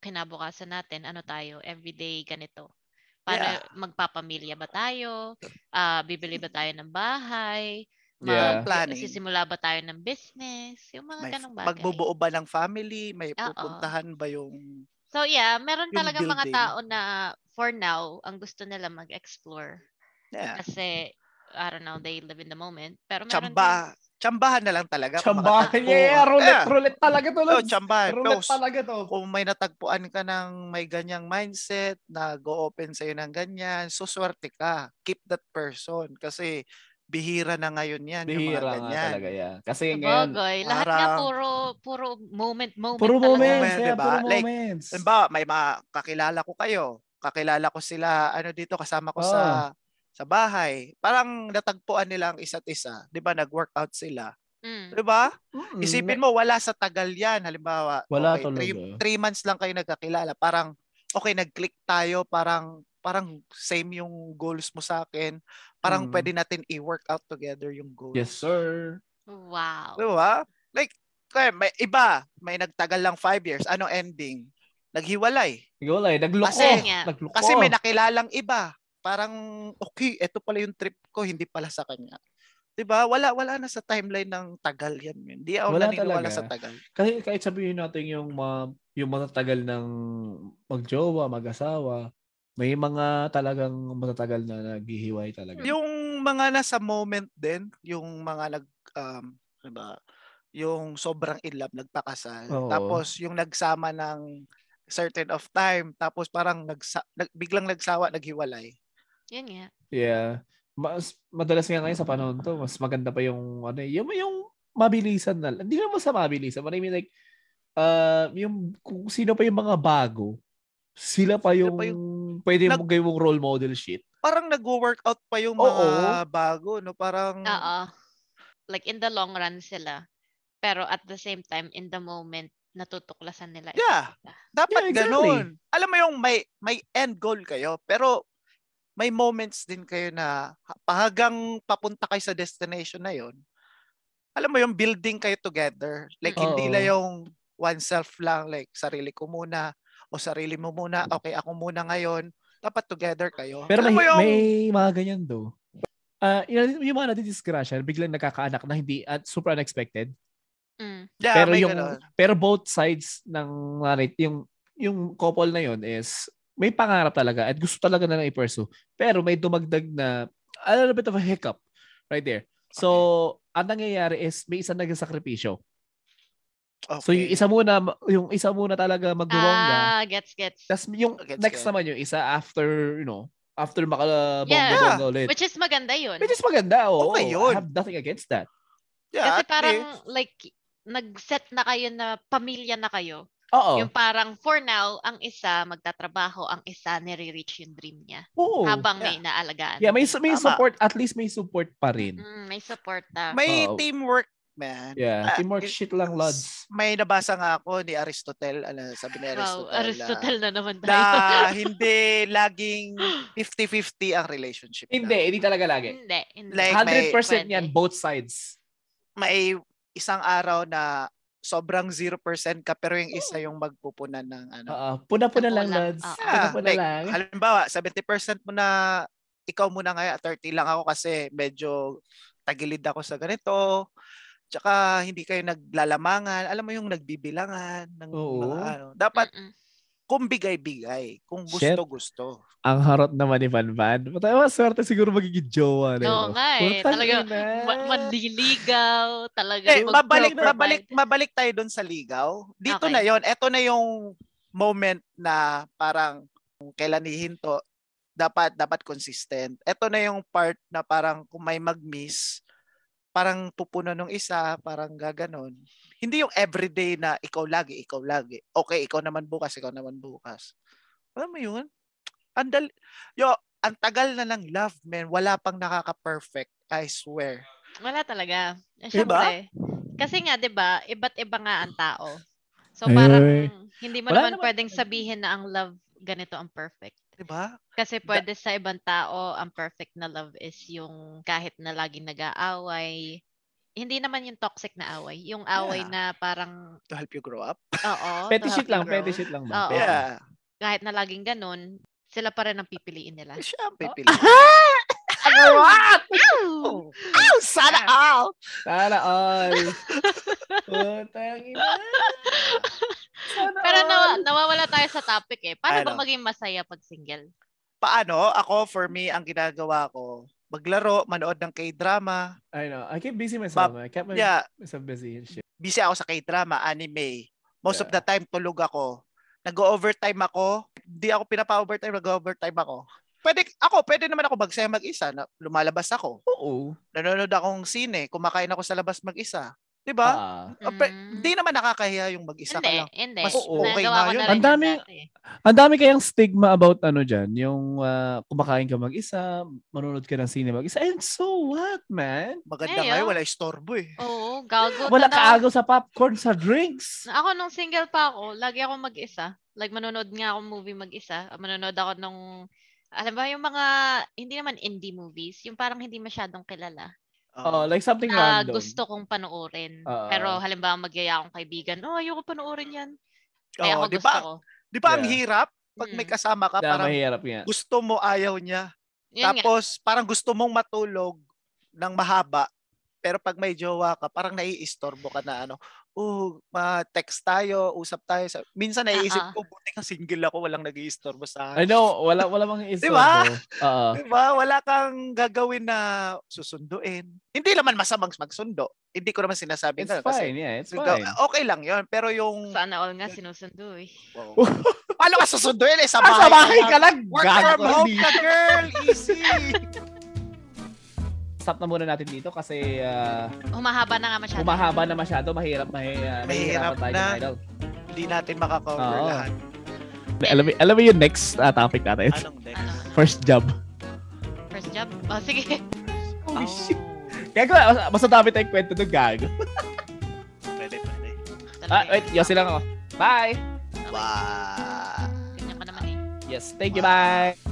S2: kinabukasan natin, ano tayo, everyday ganito. Paano
S3: Yeah.
S2: magpapamilya ba tayo? Ah, bibili ba tayo ng bahay?
S1: Yeah.
S3: Planning.
S2: Sisimula ba tayo ng business? Yung mga
S3: May
S2: Ah, ganong bagay.
S3: magbubuo ba ng family? May
S2: Oo.
S3: pupuntahan ba yung...
S2: So yeah, meron
S3: Yung
S2: talagang mga
S3: building.
S2: tao na for now, ang gusto nila mag-explore.
S3: Yeah.
S2: Kasi, I don't know, they live in the moment. Pero meron
S3: Chamba. Chambahan na lang talaga. kung
S1: Chambahan.
S3: makatagpo.
S1: Yeah, eh. roulette,
S3: Yeah.
S1: roulette talaga to.
S3: Oh,
S1: Lods.
S3: chambahan.
S1: roulette
S3: Close.
S1: talaga to.
S3: kung may natagpuan ka ng may ganyang mindset na go open sa'yo ng ganyan, suswerte ka. Keep that person. Kasi bihira na ngayon yan. yung mga
S1: Bihira nga
S3: ganyan.
S1: talaga, yeah. Kasi
S2: din,
S1: ngayon,
S2: Bogoy, lahat nga
S3: parang-
S2: puro, puro moment, moment.
S1: puro
S2: talaga.
S1: moments,
S3: Moment,
S1: yeah,
S3: diba?
S1: puro
S3: Like,
S1: moments.
S3: Halimbawa, may mga kakilala ko kayo. Kakilala ko sila, ano dito, kasama ko
S1: Ah.
S3: sa sa bahay. Parang natagpuan nila ang isa't isa. Di ba? Nag-workout sila.
S2: Mm.
S3: Di ba?
S1: Mm,
S3: Isipin mo, wala sa tagal yan. Halimbawa,
S1: Wala
S3: okay, three,
S1: talaga.
S3: three months lang kayo nagkakilala. Parang, okay, nag-click tayo. Parang, parang same yung goals mo sa akin. Parang
S1: Mm.
S3: pwede natin i-work out together yung goals.
S1: Yes, sir.
S2: Wow.
S3: Di ba? Like, kaya may iba, may nagtagal lang five years. Anong ending? Naghiwalay.
S1: Ikaw wala eh, nagloko.
S3: Kasi-
S2: Yeah.
S1: nagloko.
S3: Kasi may nakilalang iba. Parang, okay, eto pala yung trip ko, hindi pala sa kanya. 'Di ba? Wala, wala na sa timeline ng tagal yan. Man. Di ako
S1: Wala
S3: naniniwala
S1: talaga.
S3: sa tagal.
S1: Kahit, kahit sabihin natin yung mga, yung matatagal ng magjowa, mag-asawa, may mga talagang matatagal na naghihiway talaga.
S3: Yung mga nasa moment din, yung mga nag, um, 'di ba? Yung sobrang in love, nagpakasal.
S1: Oo.
S3: Tapos yung nagsama ng certain of time. Tapos parang nagsa- nag, biglang nagsawa, naghiwalay.
S2: Yun nga.
S1: Yeah. Mas madalas nga ngayon sa panahon to, mas maganda pa yung ano, eh, yung yung mabilisan na. Hindi naman sa mabilisan, but I mean like uh, yung kung sino pa yung mga bago, sila pa yung,
S3: Sila pa
S1: pwede
S3: Nag-
S1: mong gawing role model shit.
S3: Parang nag-workout pa yung
S1: Oo.
S3: mga bago. No? Parang,
S2: Oo. Like in the long run sila. Pero at the same time, in the moment, natutuklasan nila. isa't
S3: Yeah.
S2: isa.
S3: Dapat
S1: Yeah, exactly.
S3: ganun. Alam mo yung may may end goal kayo pero may moments din kayo na ha- hanggang papunta kayo sa destination na yon. Alam mo yung building kayo together. Like
S2: Mm.
S3: hindi
S1: Mm-hmm. Oo.
S3: lang yung oneself lang like sarili ko muna o sarili mo muna, okay ako muna ngayon. Dapat together kayo.
S1: Pero may,
S3: Alam mo yung
S1: may mga ganyan do. Ah, yun- yung mga nadidisgrasya, biglang nakakaanak na hindi at super unexpected.
S2: Mm.
S3: Yeah,
S1: pero
S3: may
S1: yung
S3: ganun.
S1: pero both sides ng narrative, yung yung couple na yon is may pangarap talaga at gusto talaga na lang i-pursue. Pero may dumagdag na a little bit of a hiccup right there. So, ang nangyayari is may isa nagsasakripisyo. So, yung
S3: Okay.
S1: isa muna yung isa muna talaga magbuwangga.
S2: Ah, gets, gets.
S1: Tapos yung
S3: Gets,
S1: next
S3: gets.
S1: naman yung isa after, you know, after makabongga
S2: Yeah.
S1: bongga ulit.
S2: Which is maganda yun.
S1: Which is maganda. Oo,
S3: Okay yun.
S1: I have nothing against that.
S3: Yeah,
S2: Kasi
S3: at
S2: parang
S3: least.
S2: like nag-set na kayo na pamilya na kayo.
S1: Oo.
S2: Yung parang for now, ang isa magtatrabaho, ang isa nire-reach yung dream niya.
S1: Oo.
S2: habang may inaalagaan.
S1: Yeah, may, su- may
S3: Tama.
S1: support. At least may support pa rin.
S2: Mm, may support na.
S3: may
S1: Oo.
S3: teamwork, man.
S1: Yeah,
S3: Ah,
S1: teamwork
S3: it-
S1: shit lang, lads.
S3: May nabasa nga ako ni Aristotle, ano, sabi ni Aristotle.
S2: wow,
S3: ah,
S2: Aristotle na naman tayo.
S3: na hindi laging 50-50 ang relationship. na.
S1: Hindi, hindi talaga lagi.
S2: hindi, hindi.
S1: 100%
S3: Like,
S2: Hmm, Pwede.
S1: yan, both sides.
S3: May isang araw na sobrang 0% ka pero yung isa yung magpupunan ng ano.
S1: Oo, puna-puna
S2: Ang
S1: lang,
S2: kulang.
S1: lads.
S2: Oo.
S3: Yeah,
S1: Puna-puna
S3: like,
S1: Oh, lang.
S3: halimbawa, 70% mo na ikaw muna ngayon, 30 lang ako kasi medyo tagilid ako sa ganito. Tsaka hindi kayo naglalamangan. Alam mo yung nagbibilangan ng
S1: Oo.
S3: mga ano. Dapat
S2: Mm-mm.
S3: kung bigay-bigay, kung
S1: Shit.
S3: gusto-gusto.
S1: Ang harot naman ni Van Van. Matawa, swerte siguro magiging jowa na yun.
S2: Oo
S1: no?
S2: nga eh.
S1: Putang
S2: Talaga,
S1: ina.
S2: ma- manliligaw, talaga.
S3: Eh,
S2: mag-
S3: mabalik,
S2: compromise.
S3: mabalik, mabalik tayo doon sa ligaw. Dito
S2: Okay.
S3: na yon. Ito na yung moment na parang kailan hihinto. Dapat, dapat consistent. Ito na yung part na parang kung may mag-miss, parang pupuno nung isa, parang gaganon. Hindi yung everyday na ikaw lagi, ikaw lagi. Okay, ikaw naman bukas, ikaw naman bukas. Alam mo yun? Andal, yo, ang tagal na ng love, man. Wala pang nakaka-perfect. I swear.
S2: Wala talaga. Eh,
S3: Diba?
S2: syempre. Kasi nga, di ba, iba't iba nga ang tao. So
S1: Ay,
S2: parang hmm,
S1: ay.
S2: hindi mo
S1: Wala
S2: naman
S1: naman
S2: pwedeng
S1: talaga.
S2: sabihin na ang love ganito ang perfect.
S3: 'Di ba?
S2: Kasi pwede sa ibang tao, ang perfect na love is yung kahit na lagi nag-aaway. Hindi naman yung toxic na away. Yung away
S3: Yeah.
S2: na parang,
S3: To help you grow up.
S2: oo. to
S1: Petty
S2: help
S1: shit
S2: you
S1: lang,
S2: grow.
S1: petty shit lang. ma'am.
S2: Oo.
S1: Petty.
S3: Yeah.
S2: Kahit na laging ganun, sila pa rin ang pipiliin nila.
S3: Siya ang pipili.
S2: Ow! Ow!
S3: Oh. Ow, sana all.
S1: Sana all. Putang ina. Sana
S2: Pero
S1: all.
S2: nawa- nawawala tayo sa topic eh. Paano
S3: Ano?
S2: ba maging masaya pag single?
S3: Paano? Ako, for me, ang ginagawa ko, maglaro, manood ng K-drama.
S1: I know. I keep busy myself. I kept my-
S3: Yeah,
S1: myself busy and shit.
S3: busy ako sa K-drama, anime. Most of
S1: Yeah.
S3: the time, tulog ako. Nag-overtime ako. Hindi ako pinapa-overtime, nag-overtime ako. Pwede, ako, pwede naman ako magsaya mag-isa. Na, lumalabas ako.
S1: Oo.
S3: Nanonood akong sine. Kumakain ako sa labas mag-isa. Di ba?
S1: Ah.
S3: Ah, pe-
S2: Mm.
S3: Hindi naman nakakahiya yung mag-isa ka
S2: Hindi,
S3: lang.
S2: hindi.
S3: Mas
S1: okay
S3: nga
S2: Nagawa ko na
S3: yun.
S1: Ang
S2: rin yan
S1: daming-
S2: dati. eh.
S1: Ang dami kayang stigma about ano dyan, yung ah, kumakain ka mag-isa, manonood ka ng sine mag-isa, and so what, man?
S3: Maganda
S2: Hey,
S3: ngayon,
S2: oh.
S3: wala istorbo eh.
S2: Oo, gago.
S1: Wala
S2: Totoo.
S1: kaagaw sa popcorn, sa drinks.
S2: Ako nung single pa ako, lagi ako mag-isa. Like manonood nga ako movie mag-isa. Manonood ako nung alam ba yung mga hindi naman indie movies, yung parang hindi masyadong kilala.
S1: Oh, like something random.
S2: Na Ah, gusto kong panoorin.
S1: Oo.
S2: Pero halimbawa magyaya akong kaibigan, oh, ayoko panoorin 'yan. Kaya
S3: Oo,
S2: ako
S3: di
S2: gusto
S3: ba?
S2: ko.
S3: Di ba ang
S1: Yeah.
S3: hirap? Pag may
S2: Mm.
S3: kasama ka,
S1: Na
S3: parang
S1: mahirap nga.
S3: gusto mo, ayaw niya.
S2: Yun nga.
S3: Tapos, parang gusto mong matulog ng mahaba. Pero pag may jowa ka, parang naiistorbo ka na ano, oh, ma-text tayo, usap tayo. Sa- Minsan naiisip
S2: Ah, ah.
S3: ko, buti ka single ako, walang nag-iistorbo sa
S1: I
S3: akin.
S1: know, wala, wala mang isa.
S3: Di ba?
S1: Oo.
S3: Diba? Wala kang gagawin na susunduin. Hindi naman masamang magsundo. Hindi ko naman sinasabi
S1: It's
S3: na.
S1: fine, yeah, it's
S3: Sigaw-
S1: fine.
S3: okay lang yon Pero yung...
S2: Sana all nga sinusundo eh.
S3: Wow. Paano ka susunduin? Eh, sa
S1: Ah, sa bahay
S3: lang.
S1: ka lang,
S3: Work
S1: gago
S3: from home
S1: dito.
S3: ka, girl! Easy!
S1: Stop na muna natin dito kasi ah,
S2: Humahaba na nga masyado.
S1: humahaba na masyado, mahirap, mahirap,
S3: Mahirap
S1: mahirap tayo
S3: na.
S1: ng idol.
S3: Hindi natin makaka-cover
S1: Oo.
S3: lahat.
S1: Alam, mo- alam mo yung next ah, topic natin?
S3: Anong deck?
S2: Ano,
S1: First job.
S2: first job? Oh, sige.
S1: Holy shit.
S3: Oh.
S1: Gago, mas- mas dami tayong kwento doon, gago.
S3: Pwede, pwede.
S1: Ah, wait, yosi lang ako. Bye!
S3: Wow.
S2: Ganyan ka naman eh.
S1: Yes, thank you, bye!